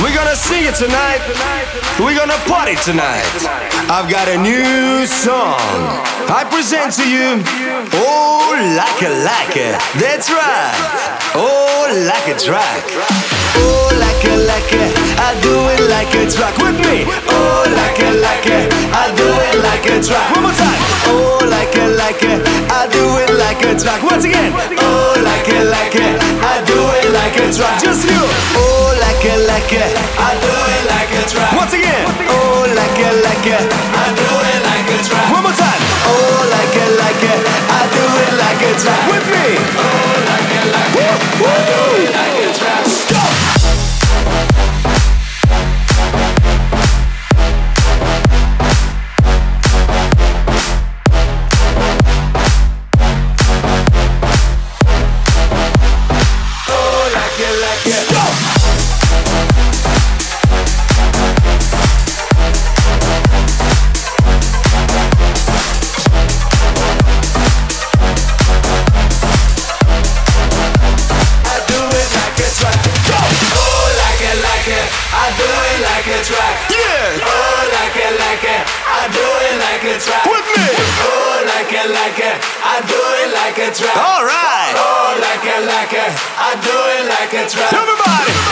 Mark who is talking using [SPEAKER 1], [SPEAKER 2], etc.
[SPEAKER 1] We're gonna sing it tonight. We're gonna party tonight. I've got a new song. I present to you. Oh, like a like it. That's right. Oh, like a track. Oh, like a like it. I do it like a track with me. Oh, like a like it. I do it like a track. One more time. Oh, like a like it. I do it like a track. Once again. Oh, like a like it. I do it like a track. Just you. Oh, like a like it. I do it like a track. Once again. Oh, like a like it. I do it like a track. One more time. Oh, like a like it. I do it like a track. With me. Oh, like a like it. I do it like a track. Go. Oh, like a like it. Go. I do it like a track. Go. Oh, like it, like it. I do it like a track. Yeah. Oh, like it, like it. I do it like a track. With me. Oh, like it, like it. I do it like a track. All right. Oh, like it, like it. I do it like a track. Everybody. Oh, Oh, Oh, Oh, Oh, Oh, Oh,